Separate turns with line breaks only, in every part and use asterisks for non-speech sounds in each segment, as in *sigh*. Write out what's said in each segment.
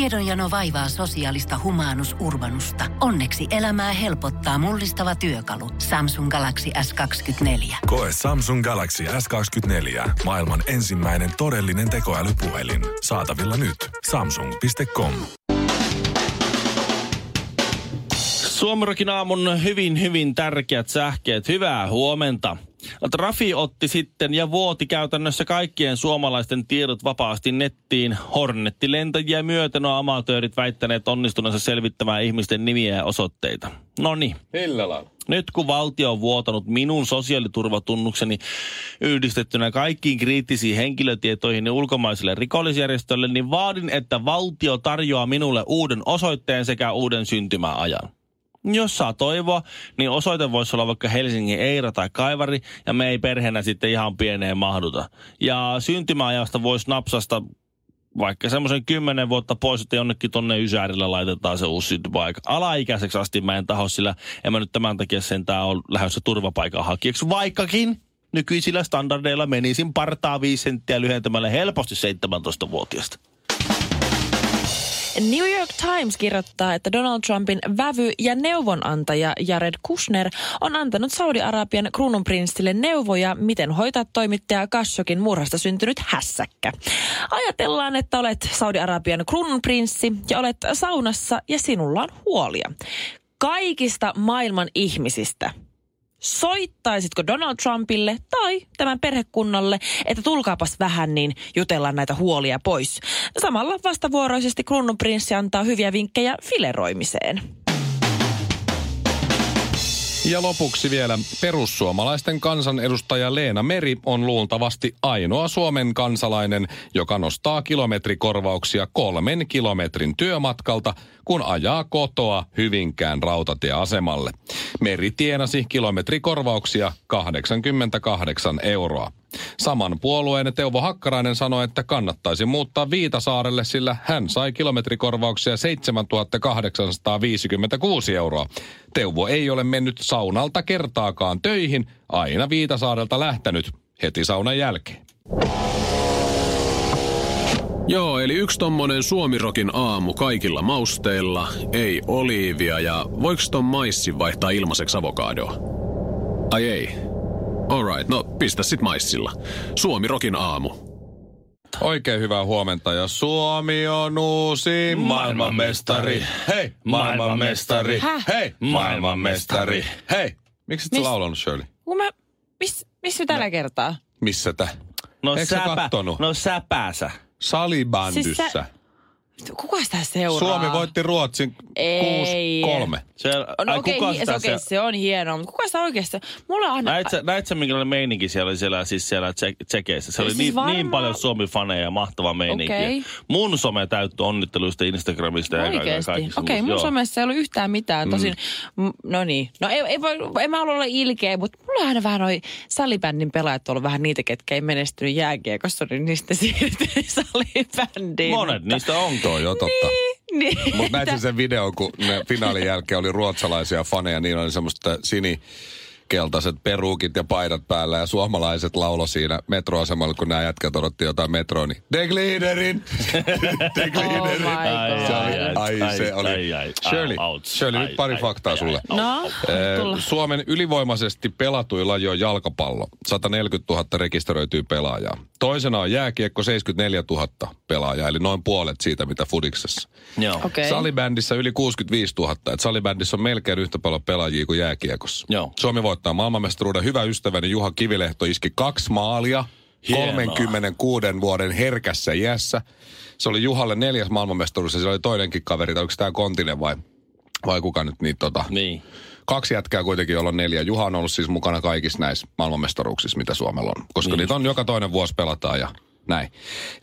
Tiedonjano vaivaa sosiaalista humanus urbanusta. Onneksi elämää helpottaa mullistava työkalu. Samsung Galaxy S24.
Koe Samsung Galaxy S24. Maailman ensimmäinen todellinen tekoälypuhelin. Saatavilla nyt. Samsung.com.
Suomerokin aamun hyvin, hyvin tärkeät sähkeet. Hyvää huomenta. Trafi otti sitten ja vuoti käytännössä kaikkien suomalaisten tiedot vapaasti nettiin. Hornetti-lentäjiä myöten on amatöörit väittäneet onnistuneensa selvittämään ihmisten nimiä ja osoitteita. No niin.
Sillä lailla.
Nyt kun valtio on vuotanut minun sosiaaliturvatunnukseni yhdistettynä kaikkiin kriittisiin henkilötietoihin ja ulkomaisille rikollisjärjestöille, niin vaadin, että valtio tarjoaa minulle uuden osoitteen sekä uuden syntymäajan. Jos saa toivoa, niin osoite voisi olla vaikka Helsingin Eira tai Kaivari, ja me ei perheenä sitten ihan pieneen mahduta. Ja syntymäajasta voisi napsasta vaikka semmoisen kymmenen vuotta pois, että jonnekin tonne Ysärillä laitetaan se uusi syntymäaika. Alaikäiseksi asti mä en taho, sillä en mä nyt tämän takia sentään ole lähdössä turvapaikanhakijaksi, vaikkakin nykyisillä standardeilla menisin partaa 5 senttiä lyhentämällä helposti 17-vuotiaasta.
New York Times kirjoittaa, että Donald Trumpin vävy- ja neuvonantaja Jared Kushner on antanut Saudi-Arabian kruununprinssille neuvoja, miten hoitaa toimittaja Kassokin murhasta syntynyt hässäkkä. Ajatellaan, että olet Saudi-Arabian kruununprinssi ja olet saunassa ja sinulla on huolia. Kaikista maailman ihmisistä soittaisitko Donald Trumpille tai tämän perhekunnalle, että tulkaapas vähän niin jutellaan näitä huolia pois. Samalla vastavuoroisesti kruununprinssi antaa hyviä vinkkejä fileroimiseen.
Ja lopuksi vielä perussuomalaisten kansanedustaja Leena Meri on luultavasti ainoa Suomen kansalainen, joka nostaa kilometrikorvauksia kolmen kilometrin työmatkalta, kun ajaa kotoa Hyvinkään rautatieasemalle. Meri tienasi kilometrikorvauksia 88 euroa. Saman puolueen Teuvo Hakkarainen sanoi, että kannattaisi muuttaa Viitasaarelle, sillä hän sai kilometrikorvauksia 7856 euroa. Teuvo ei ole mennyt saunalta kertaakaan töihin, aina Viitasaarelta lähtenyt heti saunan jälkeen.
Joo, eli yksi tommonen suomirokin aamu kaikilla mausteilla, ei oliivia ja voiko ton maissin vaihtaa ilmaiseksi avokadoa? Ai ei. Alright, no pistä sit maissilla. Suomirokin aamu.
Oikein hyvää huomenta ja Suomi on uusi maailmanmestari. Hei, maailmanmestari.
Häh?
Hei, maailmanmestari. Hei. Miksi et sä
Mis-
laulanut, Shirley?
Kun mä, miss, missä
No.
tällä kertaa?
Missä tä?
No,
Eikö sä kattonut?
no säpäänsä.
Salibändyssä.
Siis sä- Kuka sitä seuraa?
Suomi voitti Ruotsin
Ei.
6-3.
Se,
No okei, okay, se, okay, se on hienoa, mutta kuka sitä oikeasti... Mulla on aina...
Näit sä, näit sä minkälainen meininki siellä oli siellä, siis siellä tsek, tsekeissä? Se oli
Siis
niin,
varmaan-
niin paljon Suomi-faneja ja mahtava meininki.
Okei.
Mun some täyttyi onnitteluista Instagramista ja ka-
Oikeesti.
kaikista
Okei, mun
muista. Joo.
somessa ei ollut yhtään mitään. Tosin, mm. no niin. No ei, ei voi, en mä halua olla ilkeä, mutta mulla on aina vähän noi salibändin pelaajat ollut vähän niitä, ketkä ei menestynyt jääkiekossa, niin niistä *laughs* siirtyi salibändiin.
Monet niistä on.
Toi on totta.
Niin.
Mutta näitin sen videon, kun ne finaalin jälkeen oli ruotsalaisia faneja, niin oli semmoista sinikeltaiset peruukit ja paidat päällä ja suomalaiset laulo siinä metroasemalla, kun nämä jätkät odotti jotain metroa, niin De Gliderin! De
Oh
Gliderin!
my
Ai,
Se
god.
oli, ai, se oli.
ai, ai.
Shirley,
Au, ouch.
Shirley,
Ai,
nyt pari
ai,
faktaa
ai,
sulle.
No,
Ee,
tulla.
Äh, Suomen ylivoimaisesti pelatui laji on jalkapallo. 140 000 rekisteröityy pelaajaa. Toisena on jääkiekko 74 000 pelaajaa, eli noin puolet siitä, mitä Fudiksessa.
Joo.
Okei.
Salibändissä yli 65 000. Et salibändissä on melkein yhtä paljon pelaajia kuin jääkiekossa.
Joo.
Suomi voittaa maailmanmestaruuden. Hyvä ystäväni Juha Kivilehto iski kaksi maalia
Hienoa.
36 vuoden herkässä iässä. Se oli Juhalle neljäs maailmanmestaruus ja se oli toinenkin kaveri. Tai Onko tämä Kontinen vai, vai kuka nyt niitä tota,
Niin.
kaksi jätkää kuitenkin, jolla on neljä. Juha on ollut siis mukana kaikissa näissä maailmanmestaruuksissa, mitä Suomella on. Koska niin. niitä on joka toinen vuosi pelataan ja näin.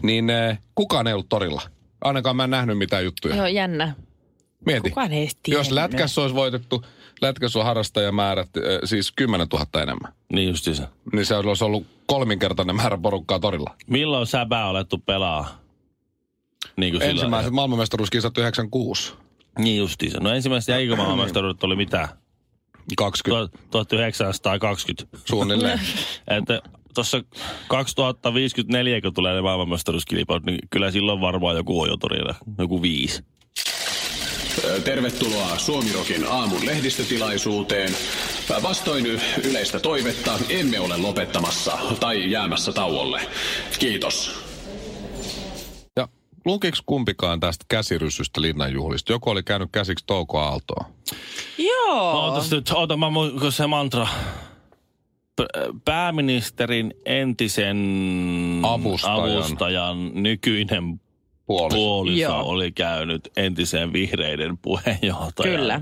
Niin eh, kukaan ei ollut torilla. Ainakaan mä en nähnyt mitään juttuja.
Joo, jännä.
Mieti.
Kukaan ei edes
Jos
tiennyt.
lätkässä olisi voitettu, lätkässä on harrastajamäärät eh, siis 10 000 enemmän.
Niin justiinsa.
Niin se olisi ollut kolminkertainen määrä porukkaa torilla.
Milloin säbää olettu pelaa? Niin kuin silloin.
Ensimmäiset maailmanmestaruuskisat 96.
Niin justiinsa. No ensimmäiset jäikömaailmastaruudet oli mitä?
20
1920. No.
suunnilleen.
Että tuossa 2054, kun tulee ne maailmanmestaruuskilpailut, niin kyllä silloin varmaan joku on jo torilla. Joku viisi.
Ö, Tervetuloa Suomirokin aamun lehdistötilaisuuteen. Ö, Vastoin y- yleistä toivetta, emme ole lopettamassa tai jäämässä tauolle. Kiitos.
Ja lukiks kumpikaan tästä käsirysystä linnanjuhlista? Joku oli käynyt käsiksi Touko Aaltoa.
Joo.
Ootas nyt, oota mä mu- kun se mantra. P- pääministerin entisen
Avustajan.
avustajan nykyinen
Puoliso.
puoliso
Joo.
oli käynyt entisen vihreiden puheenjohtajan.
Kyllä.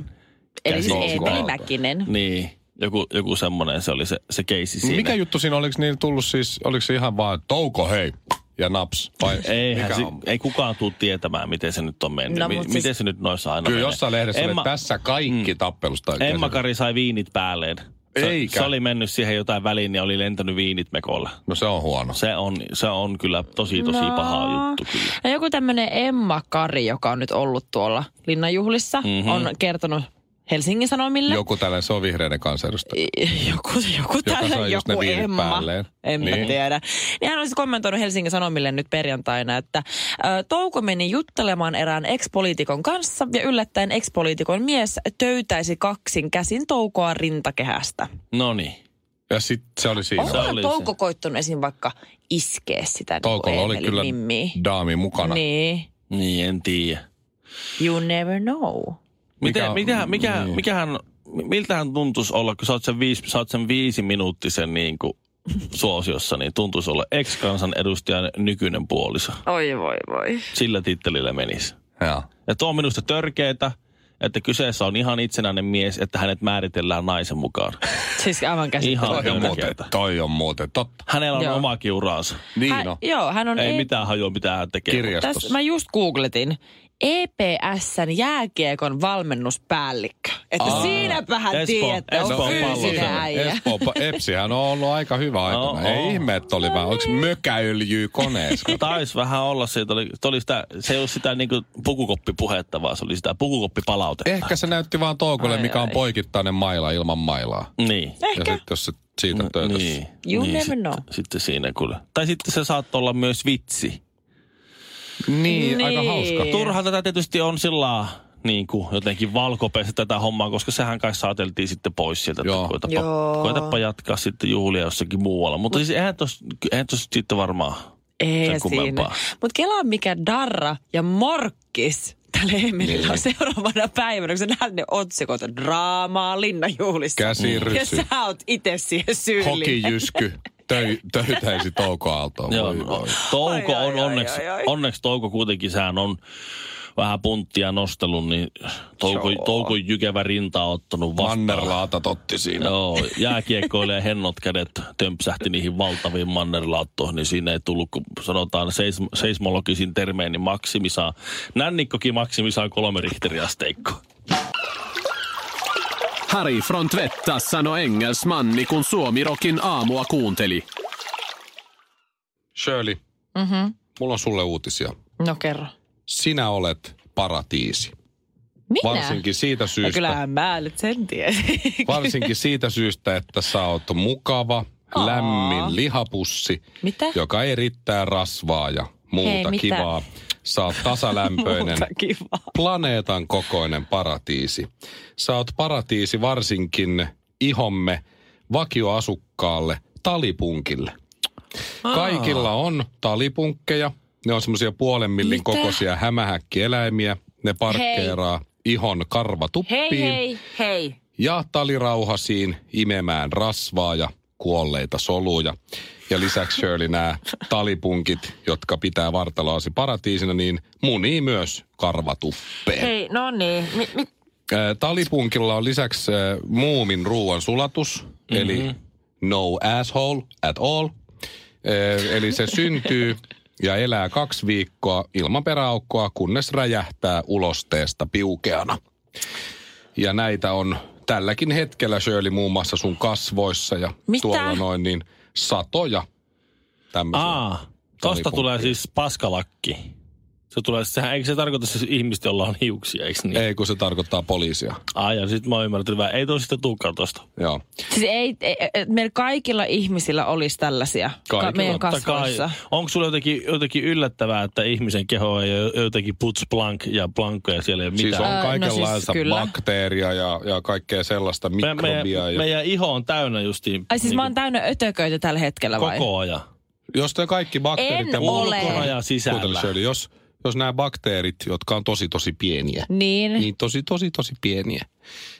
Eli siis
Käsi-
Eeteli Mäkinen.
Niin, joku, joku semmoinen se oli se, se keissi siinä.
Mikä juttu siinä, oliko niillä tullut siis, oliko se ihan vaan Touko hei ja naps? Vai
Eihän
mikä
si-
on?
ei kukaan tule tietämään, miten se nyt on mennyt.
No,
No, Mi-
mut
miten
siis-
siis... se nyt noissa aina
Kyllä
menee.
jossain lehdessä Emma... oli, tässä kaikki tappelusta.
Mm. Emma Kari sai viinit päälleen. Se,
Eikä.
se oli mennyt siihen jotain väliin ja oli lentänyt viinit mekolle.
No se on huono.
Se on, se on kyllä tosi tosi no. paha juttu kyllä.
No joku tämmöinen Emma Kari, joka on nyt ollut tuolla linnanjuhlissa, mm-hmm. on kertonut Helsingin Sanomille.
Mhm. Joku tällainen, se on vihreiden kansanedustaja.
I- joku, joku tällä,
sai just
joku
ne viinit
Emma.
päälleen.
En niin. mä
Niin.
tiedä. Niin hän olisi kommentoinut Helsingin Sanomille nyt perjantaina, että ö, Touko meni juttelemaan erään ekspoliitikon kanssa ja yllättäen ekspoliitikon mies töytäisi kaksin käsin Toukoa rintakehästä.
No niin.
Ja sitten se oli siinä.
Se
Onhan
oli
Touko
se.
koittanut esim. vaikka iskeä sitä niin kuin
Toukolla oli
Eemeli
kyllä
mimmiä.
daami mukana.
Niin,
Niin, en tiedä.
you never know.
Miten,
Mikä-
mikä, mikä, mikä, mikähän, miltähän tuntuisi olla, kun sä oot sen, viisi, sä oot sen viisi minuuttisen niin kuin suosiossa, niin tuntuisi olla ex-kansan edustajan nykyinen puoliso.
Oi voi voi.
Sillä tittelillä menisi.
Joo.
Ja tuo on minusta törkeetä, että kyseessä on ihan itsenäinen mies, että hänet määritellään naisen mukaan.
Siis aivan
Ihan
käsittämätöntä.
Toi on muuten,
Tärkeätä.
toi on muuten, totta.
Hänellä on
Joo.
Joo. niin. oma kiuraansa.
Niin
Hän,
no,
joo, hän on
Ei
EP
mitään hajoa, mitä hän tekee.
kirjastossa.
Tässä mä just googletin EPSn jääkiekon valmennuspäällikkö. Että Aa, siinäpähän
Espoo-
tiedätte, on
Espoon
fyysinen
palloseura.
äijä.
Espoo, Epsihän on ollut aika hyvä aikana.
No,
Ei
on.
ihme, että oli vähän, oliko mökäöljyä
*laughs*
koneessa?
No Taisi vähän olla se, että oli, se oli sitä, se ei ollut sitä niin pukukoppipuhetta, vaan se oli sitä pukukoppipalautetta.
Ehkä se näytti vaan toukolle,
Ai,
mikä on
ai.
poikittainen maila ilman mailaa.
Niin.
Ehkä.
Ja sitten jos se siitä töytäs.
Niin,
You
niin,
never
sit-
know.
Sitten siinä kyllä. Tai sitten se saattoi olla myös vitsi.
Niin,
Niin.
aika hauska.
Niin.
Turha tätä tietysti on sillä niin kuin jotenkin valkopeissä tätä hommaa, koska sehän kai saateltiin sitten pois sieltä. että
Joo.
Koetapa,
Joo.
koetapa jatkaa sitten juhlia jossakin muualla. Mutta siis eihän tos, eihän tos sitten varmaan
Ei
sen
siinä.
kummempaa.
Mutta kelaa mikä Darra ja Morkkis tällä Emelillä on
Niin.
seuraavana päivänä, kun sä näet ne otsikot, draamaa linnanjuhlissa. ja
Käsirysy,
sä oot itse siihen syyllinen.
hokijysky, töi, töytäisi Touko Aaltoa.
Joo,
Voi
no,
voi.
touko
Ai, ai,
on
ai,
onneksi,
ai, ai.
onneksi touko kuitenkin, sehän on vähän punttia nostellut, niin touko, touko jykevä rinta on ottanut vastaan.
Mannerlaatat otti siinä.
Joo, jääkiekkoille hennot kädet tömpsähti niihin valtaviin mannerlaattoihin, niin siinä ei tullut, kun sanotaan seism- seismologisin termein, niin maksimi saa, nännikkokin maksimi saa kolme richteriasteikkoa.
Harry Frontvetta sanoi engelsmanni, kun Suomirokin aamua kuunteli.
Shirley,
Mm-hmm.
mulla on sulle uutisia.
No kerro.
Sinä olet paratiisi.
Minä?
Varsinkin siitä
No
syystä.
kyllähän mä nyt sen tiesin.
Varsinkin siitä syystä, että sä oot mukava,
Aa.
lämmin lihapussi,
Mitä?
joka erittää rasvaa ja
Hei,
muuta
mitä?
kivaa. Sä oot tasalämpöinen,
*laughs* Muuta kivaa.
planeetan kokoinen paratiisi. Sä oot paratiisi varsinkin ihomme vakioasukkaalle talipunkille. Kaikilla on talipunkkeja. Ne on semmoisia puolen millin
Mitä?
kokoisia hämähäkkieläimiä. Ne parkkeeraa ihon karvatuppiin
Hei, hei, hei.
ja talirauhasiin imemään rasvaa ja kuolleita soluja. Ja lisäksi Shirley nämä talipunkit, jotka pitää vartaloasi paratiisina, niin munii myös karvatuppeen.
Hei, no niin. Mi- mi-
Ää, Talipunkilla on lisäksi ää, muumin ruoan sulatus, mm-hmm. eli no asshole at all. Ää, Eli se syntyy ja elää kaksi viikkoa ilman peräaukkoa, kunnes räjähtää ulosteesta piukeana. Ja näitä on tälläkin hetkellä, Shirley, muun muassa sun kasvoissa ja
Mitä?
tuolla noin niin satoja tämmöisiä.
Aa, tosta tulee siis paskalakki. Se tulee, sehän, eikö se tarkoita siis ihmistä, jolla on hiuksia, eikö niin?
Ei, kun se tarkoittaa poliisia.
Ai, ja sit mä oon ymmärtänyt vähän. Ei toisista tuukaan tosta.
Joo.
Siis ei, ei, ei- meillä kaikilla ihmisillä olisi tällaisia
Kaikilla,
ka- meidän
Totta kai.
kasvoissa.
Onko sulla jotenkin, jotenkin yllättävää, että ihmisen keho ei ole jotenkin puts blank ja blankkoja siellä ei ole
Siis
mitään?
Ää,
on
no
kaikenlaista
siis
siis
kyllä.
bakteeria ja, ja kaikkea sellaista
me, me,
mikrobia. ja...
meidän iho on täynnä justiin
Ai
Niin
siis
niinku
mä oon täynnä ötököitä tällä hetkellä vai?
koko ajan.
Jos te kaikki bakteerit
En
ja muut-
ole.
Ulkona ja
Kuuntele,
sisällä.
Shirley, jos, jos nämä bakteerit, jotka on tosi tosi pieniä,
Niin.
niin tosi tosi tosi pieniä,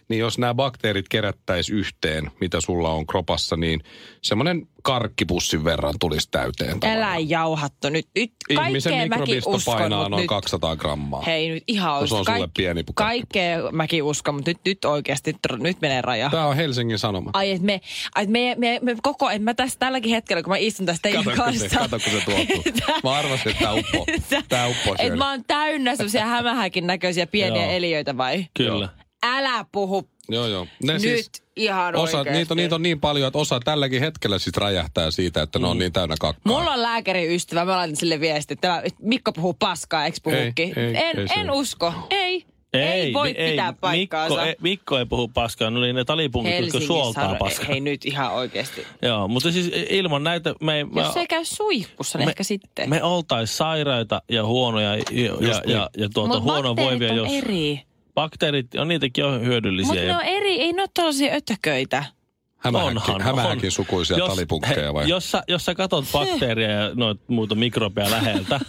niin jos nämä bakteerit kerättäisiin yhteen, mitä sulla on kropassa, niin semmoinen karkkipussin verran tulisi täyteen.
Älä
tavallaan.
jauhattu nyt. nyt
Ihmisen
kaikkea mäkin
mikrobisto
uskon,
painaa
mut
noin
nyt,
200 grammaa.
Hei nyt ihan
No, se on
oikeesti.
sulle pieni pukka.
Kaikkea mäkin uskon, mutta nyt, nyt oikeasti tr- nyt menee raja.
Tämä on Helsingin Sanoma.
Ai, että me, ai, et me, me, me, koko, en mä tässä tälläkin hetkellä, kun mä istun tässä teidän
Kato, kun se,
kanssa.
kato, kun se tuottuu.
*laughs*
Mä arvasin, että tämä uppoo. Tämä uppoo
Et
Shirley.
mä oon täynnä
*laughs*
semmoisia hämähäkin näköisiä pieniä
Joo.
eliöitä vai?
Kyllä.
Älä puhu
Joo, joo. Ne
nyt
siis,
ihan
osa,
oikeesti.
niitä, on, niitä on niin paljon, että osa tälläkin hetkellä sit räjähtää siitä, että ne on niin täynnä kakkaa.
Mm. Mulla on lääkäriystävä, mä laitan sille viesti, että tämä- Mikko puhuu paskaa, eikö puhukin?
ei,
en,
ei se
en
ole.
usko, ei. Ei, voi
mi-
pitää paikkaansa.
Mikko, ei, Mikko ei puhu paskaa, no niin ne talipunkit, jotka
Helsingissä
suoltaa
on-
paskaa.
Hei nyt ihan oikeasti.
Joo, mutta siis ilman näitä me ei...
Jos se ei käy suihkussa, niin ehkä sitten.
Me oltais sairaita ja huonoja ja, ja, ja, ja,
niin.
ja tuota,
Mut
huono
bakteerit
voivia,
on
jos...
eri.
Bakteerit, on niitäkin on hyödyllisiä.
Mutta
ja-
ne on eri, ei ne ole tällaisia ötököitä. *laughs*
Hämähäkin, hämähäkin sukuisia jos, talipunkkeja vai?
Jos sä, jos sä katot bakteeria ja noita muuta mikrobeja
*laughs*
läheltä,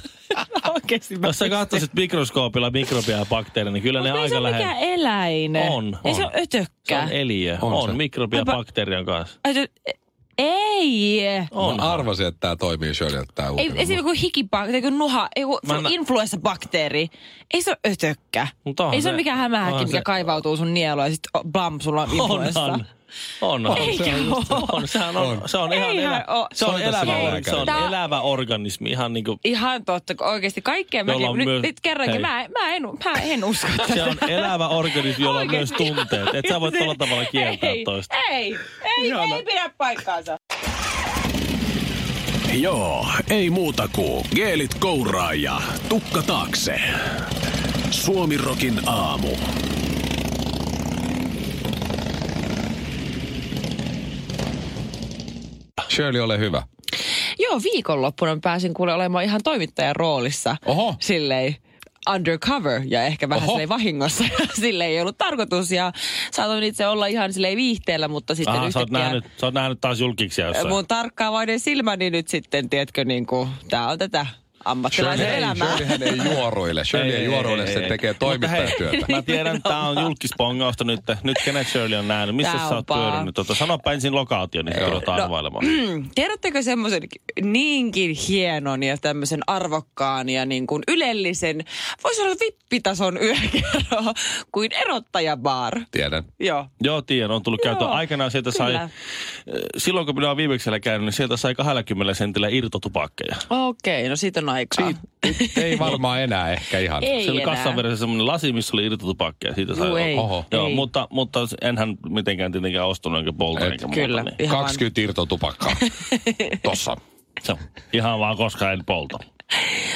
Oikeasti.
jos sä katsoisit mikroskoopilla mikrobeja ja bakteereja, niin kyllä ne
ei se
aika
ole mikään
lähellä.
eläin.
On,
Ei
on.
se ole
Se
ötökkä.
on eliö.
On
On,
se.
on mikrobia
Aipa-
bakteerian kanssa.
Ötö- Ei.
On.
Mä arvasin, että tämä toimii Shirley, että tämä
Ei, ei se joku hikibakteeri, joku nuha, joku
Mä en-
influenssabakteeri. Ei se ole ötökkä.
Mut onhan
ei se
se-
ole mikään hämähäkki,
onhan
mikä
se-
kaivautuu sun nieluun ja sit oh, blam, sulla on influenssa.
Onhan. Onhan.
Eikä
se on, just-
oo.
on, sehän on,
On.
se on ihan
Eihän
elä,
oo.
se on
Soita
elävä,
sinne
or, se
lääkärille.
on
Tää-
elävä organismi, ihan niin kuin,
Ihan totta, kun oikeasti kaikkea
Jolla
mäkin,
on
nyt,
myö-
nyt kerrankin,
Hei.
mä, en- mä, en, mä en usko tätä. *laughs*
se on elävä organismi, jolla on myös tunteet. Et sä voi tuolla tavalla kieltää
niin. ei,
toista.
Ei, ei, ei pidä paikkaansa.
Joo, ei muuta kuin geelit kouraa ja tukka taakse. Suomirokin aamu.
Shirley, ole hyvä.
Joo, viikonloppuna mä pääsin kuule olemaan ihan toimittajan roolissa.
Oho.
Silleen undercover ja ehkä vähän
Oho.
silleen vahingossa. *laughs* Sille ei ollut tarkoitus ja saatoin itse olla ihan silleen viihteellä, mutta sitten
Aha, sä oot,
yhtäkkiä...
nähnyt, sä oot nähnyt taas julkiksia jossain.
Mun tarkkaavainen silmäni nyt sitten, tiedätkö, niin kuin, tää on tätä ammattilaisen
ei,
elämää. *laughs*
Shirleyhän ei juoroile. Shirley ei, juoroile, se tekee toimittajatyötä.
Mutta hei, *laughs* Mä tiedän, että tää on julkispongausta nyt. Nyt kenet Shirley on nähnyt? Missä
Tää
sä
on
oot
paha.
pyörinyt? Tota, sanopa ensin lokaatio, niin ruvetaan
No.
arvailemaan.
*clears throat* Tiedättekö semmoisen niinkin hienon ja tämmöisen arvokkaan ja niin kuin ylellisen, voisi olla vippitason yökerho kuin erottajabaar.
Tiedän.
Joo.
Joo, tiedän, on tullut käytyä.
Joo,
Aikanaan sieltä sai, Eh,
kyllä.
silloin kun minä olen viimeksi siellä käynyt, niin sieltä sai 20 sentillä irtotupakkeja.
Okei, okay, no siitä on aikaa.
Ei varmaan enää ehkä
*laughs*
ihan.
Ei
se oli
enää.
kassan veressä semmoinen lasi, missä oli irtotupakkeja. Siitä sai
Juu, ei.
Oho.
Joo,
ei.
mutta, mutta enhän mitenkään tietenkään ostanut enkä polta
Et.
enkä muuta.
Kyllä,
Niin.
ihan *laughs*
20 irtotupakkaa. Tossa.
Se, on ihan vaan, koska en polta.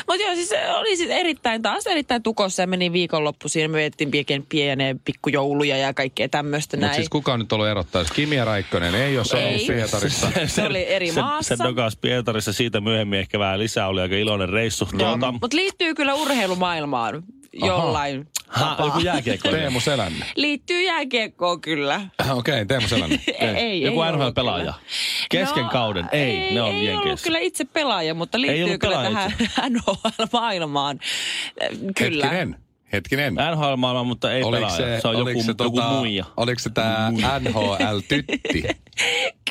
Mutta joo, siis oli sit erittäin, taas erittäin tukossa ja meni viikonloppu siinä. Me vietettiin pienen, pienen pikkujouluja ja kaikkea tämmöistä
Mutta
näin.
siis kuka on nyt ollut erottaisi? Kimi ja Räikkönen ei ole sanonut
Ei. *laughs*
Pietarissa.
se oli eri
se,
maassa.
Se dokas Pietarissa, siitä myöhemmin ehkä vähän lisää oli aika iloinen reissu.
No.
Tuota,
Mutta liittyy kyllä urheilumaailmaan jollain
ha, joku
tapaa.
jääkiekko.
Teemu Selänne.
Liittyy jääkiekkoon kyllä.
Okei, Teemu Selänne.
ei, ei,
Joku
ei ollut
NHL-pelaaja.
kyllä.
Kesken kauden. Ei, ne on
No, ei ollut
Jenkeissä.
kyllä itse pelaaja, mutta liittyy
ollut
kyllä
pelaaja
tähän *laughs* NHL-maailmaan. Eh, *laughs* Kyllä.
Hetkinen. Hetkinen.
NHL-maailma, mutta ei
Oliko
pelaaja. Se,
se,
se on
oliko
joku,
se,
joku
tota,
muija.
oliko se tämä NHL-tytti?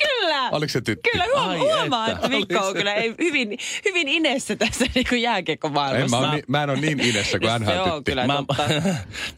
Kyllä.
Oliko se tyttö?
Kyllä, huom-
Ai
huomaa,
että.
että Mikko
Oliko
on
se?
kyllä ei, hyvin, hyvin inessä tässä *laughs* niin
En mä,
jääkiekkomaailmassa.
oo ni- mä en ole niin idessä
*laughs*
kuin
Se on
NHL-tytti.
kyllä
Mä,
totta.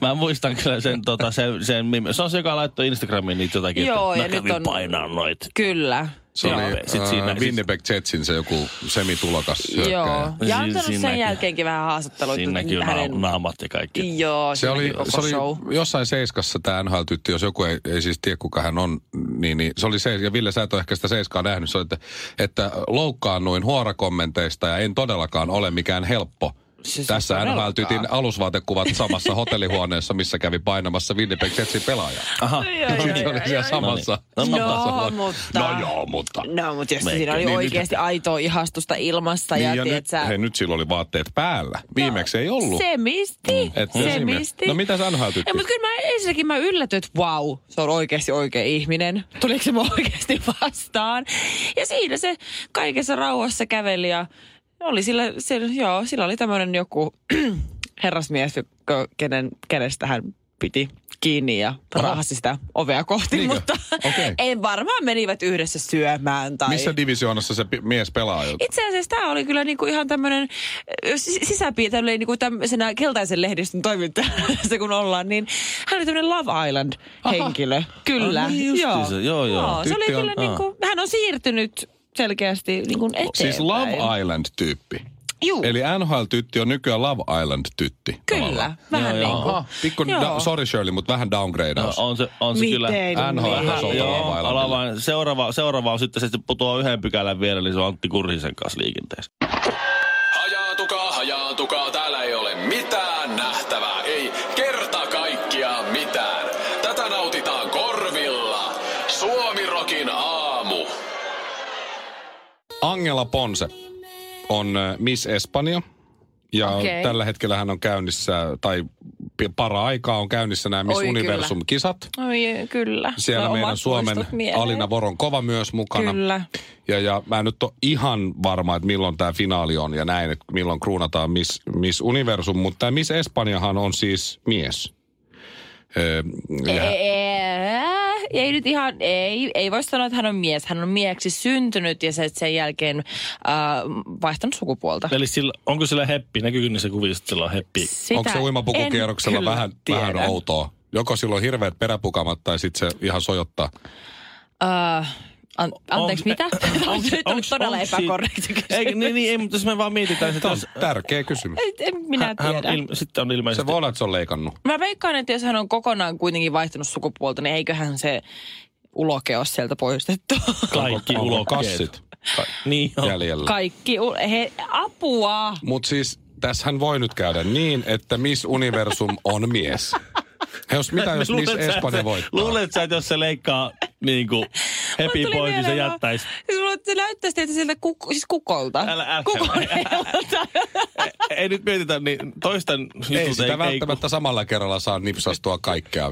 *laughs* mä muistan kyllä sen, tota, sen, sen mime. Se on se, joka laittoi Instagramiin niitä jotakin,
Joo,
että
ja
mä
nyt
kävin
on-
painaa noit.
Kyllä.
Se oli
Joo, sit
äh,
siinä-
Winnipeg Jetsin se joku semitulokas
Joo.
hyökkääjä.
Ja
Siin-
antanut
siinä
sen
näkyy-
jälkeenkin vähän haastatteluita
Siinä näkyy hänen... naamat ja kaikki.
Joo,
Se
siinä
oli,
näkyy koko
se oli
show.
jossain seiskassa tämä NHL-tyttö, jos joku ei, ei siis tiedä kuka hän on, niin, niin se oli seis, ja Ville sä et ole ehkä sitä seiskaa nähnyt, se oli, että, että loukkaannuin huorakommenteista ja en todellakaan ole mikään helppo
Siis
Tässä
todellakaan.
NHL-tytin alusvaatekuvat samassa hotellihuoneessa, missä kävi painamassa Winnipeg Jetsin pelaaja.
Aha.
Se Niin oli siellä samassa.
No niin. No,
samassa-
mutta-
No joo, mutta.
No, mutta jos
Eikö?
siinä oli
Niin, nyt-
oikeasti aitoa ihastusta ilmassa Niin, ja,
Niin, ja nyt,
tiedätkö,
hei, nyt sillä oli vaatteet päällä. Viimeksi ei ollut. Mm.
Se misti,
Et
se
esimerkki.
misti.
No mitä sä nhl
Ei, mutta kyllä mä ensinnäkin mä yllätyin, että wow, se on oikeasti oikea ihminen. Tuliko se mä oikeasti vastaan? Ja siinä se kaikessa rauhassa käveli ja oli sillä, se, joo, sillä oli tämmöinen joku *clears throat* herrasmies, joka- kenen kädestä hän piti kiinni ja rahasi sitä ovea kohti,
Niinkö?
mutta
Okei.
*laughs* ei varmaan menivät yhdessä syömään tai...
Missä divisioonassa se pi- mies pelaa? jo?
Itse asiassa tämä oli kyllä niinku ihan tämmöinen sisäpiirtäminen niinku tämmöisenä keltaisen lehdistön toimittajana, *laughs* kun ollaan, niin hän oli tämmöinen Love Island-henkilö. Kyllä.
Ah, niin
joo.
justiinsa, joo, joo.
se oli
Tyttö on-
kyllä niinku, hän on siirtynyt selkeästi niinku eteenpäin.
Siis Love Island-tyyppi.
Juu,
Eli NHL-tytti on nykyään Love Island-tytti.
kyllä.
tavallaan.
Vähän
Joo,
niin
joo.
kuin.
Aha, pikku,
Joo.
da, sorry Shirley, mutta vähän
No,
downgradeaus.
on se, on se
Miten
kyllä.
NHL-tasolta
niin?
Joo,
Love Islandilla.
alavain, seuraava, seuraava on sitten se sitten putoaa yhden pykälän vielä, eli se on Antti Kurhisen kanssa liikenteessä.
Hajaantukaa, hajaantukaa, täällä ei ole mitään nähtävää, ei kerta kaikkiaan mitään. Tätä nautitaan korvilla. Suomirokin aamu.
Angela Ponse on äh, Miss Espanja. Ja
Okei.
okay. tällä hetkellä hän on käynnissä, tai pi- para-aikaa on käynnissä nämä Miss
Oi, kyllä.
Universum-kisat.
Oi, kyllä.
Siellä
Omat
meidän
muistot
Suomen
mieleen.
Alina Voronkova myös mukana.
Kyllä.
Ja, ja mä en nyt ole ihan varma, että milloin tämä finaali on ja näin, että milloin kruunataan Miss, Miss Universum. Mutta tämä Miss Espanjahan on siis mies. Öö,
Ei,
ja-
ei, ei nyt ihan, ei, ei voi sanoa, että hän on mies. Hän on mieheksi syntynyt ja se, sen jälkeen äh, vaihtanut sukupuolta.
Eli sillä, onko sillä heppi? Näkyykö niissä kuvissa, että sillä on heppi?
Sitä
Onko se
en
uimapukukierroksella
kyllä
vähän,
tiedä. Äh,
vähän outoa? Joko sillä on hirveät peräpukamat tai sitten se ihan sojottaa.
Äh, an,
*laughs*
anteiksi,
Onks-
mitä? Onks, nyt on
onks-
todella
onks si-
epäkorrekti kysymys.
Ei, niin, niin, ei, mutta jos me vaan mietitään, että
Tämä on
jos
tärkeä kysymys.
*laughs* En- En minä
hän
tiedä.
on ilme, sitten on ilmeisesti...
Se voi olla, että se on leikannut.
Mä veikkaan, että jos hän on kokonaan kuitenkin vaihtanut sukupuolta, niin eiköhän se uloke ole sieltä poistettu.
Kaikki
Onko
ulokkeet.
kassit
Niin on.
jäljellä.
Kaikki, u- he, apua!
Mutta siis tässähän voi nyt käydä niin, että Miss Universum on mies. Ja
*laughs*
Jos mitä, jos Miss
Luulet sä, että-
Espanja voittaa?
Luulet sä, että jos se leikkaa niin kuin hepi
Mulle tuli
pois, niin se
mieleen
jättäisi.
vaan- Siis mulla, se näyttäisi tietysti siltä kuk, siis kukolta.
Älä älä.
Kukoneelta.
Ei nyt mietitä, niin toistan
Ei sitä ei, välttämättä samalla kerralla saa nipsastua kaikkea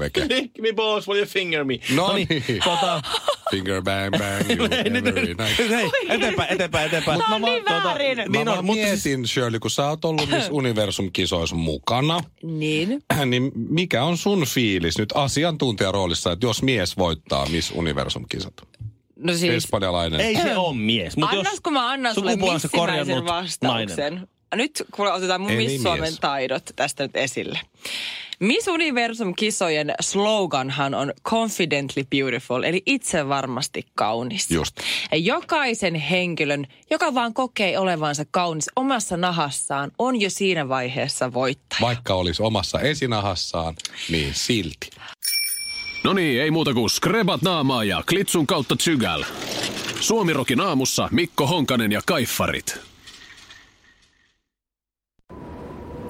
*laughs*
veke.
Lick me boss, will you finger me?
No
Noniin,
niin.
No Tota,
Finger bang bang. you
*laughs* ei nyt,
every
nyt,
night.
hei, eteenpäin, eteenpäin, eteenpäin.
Tää on niin väärin.
Mä
niin
vaan
on, mutta siis,
mietin, Shirley, kun sä oot ollut Miss Universum-kisoissa mukana, *clears throat*
niin.
niin mikä on sun fiilis nyt asiantuntijaroolissa, että jos mies voittaa Miss Universum-kisat?
No siis,
Espanjalainen.
ei se on mies. Mut jos
annasko mä annan sulle
sukupuolensa
missimäisen
korjannut
vastauksen?
nainen.
Nyt kuule otetaan mun
Eli
Miss Suomen
mies.
taidot tästä nyt esille. Miss Universum-kisojen sloganhan on confidently beautiful, eli itse varmasti kaunis.
Just.
Ja Jokaisen henkilön, joka vaan kokee olevansa kaunis omassa nahassaan, on jo siinä vaiheessa voittaja.
Vaikka olisi omassa esinahassaan, niin silti.
No niin, ei muuta kuin skrebat naamaa ja klitsun kautta tsygäl. Suomirokin aamussa Mikko Honkanen ja Kaiffarit.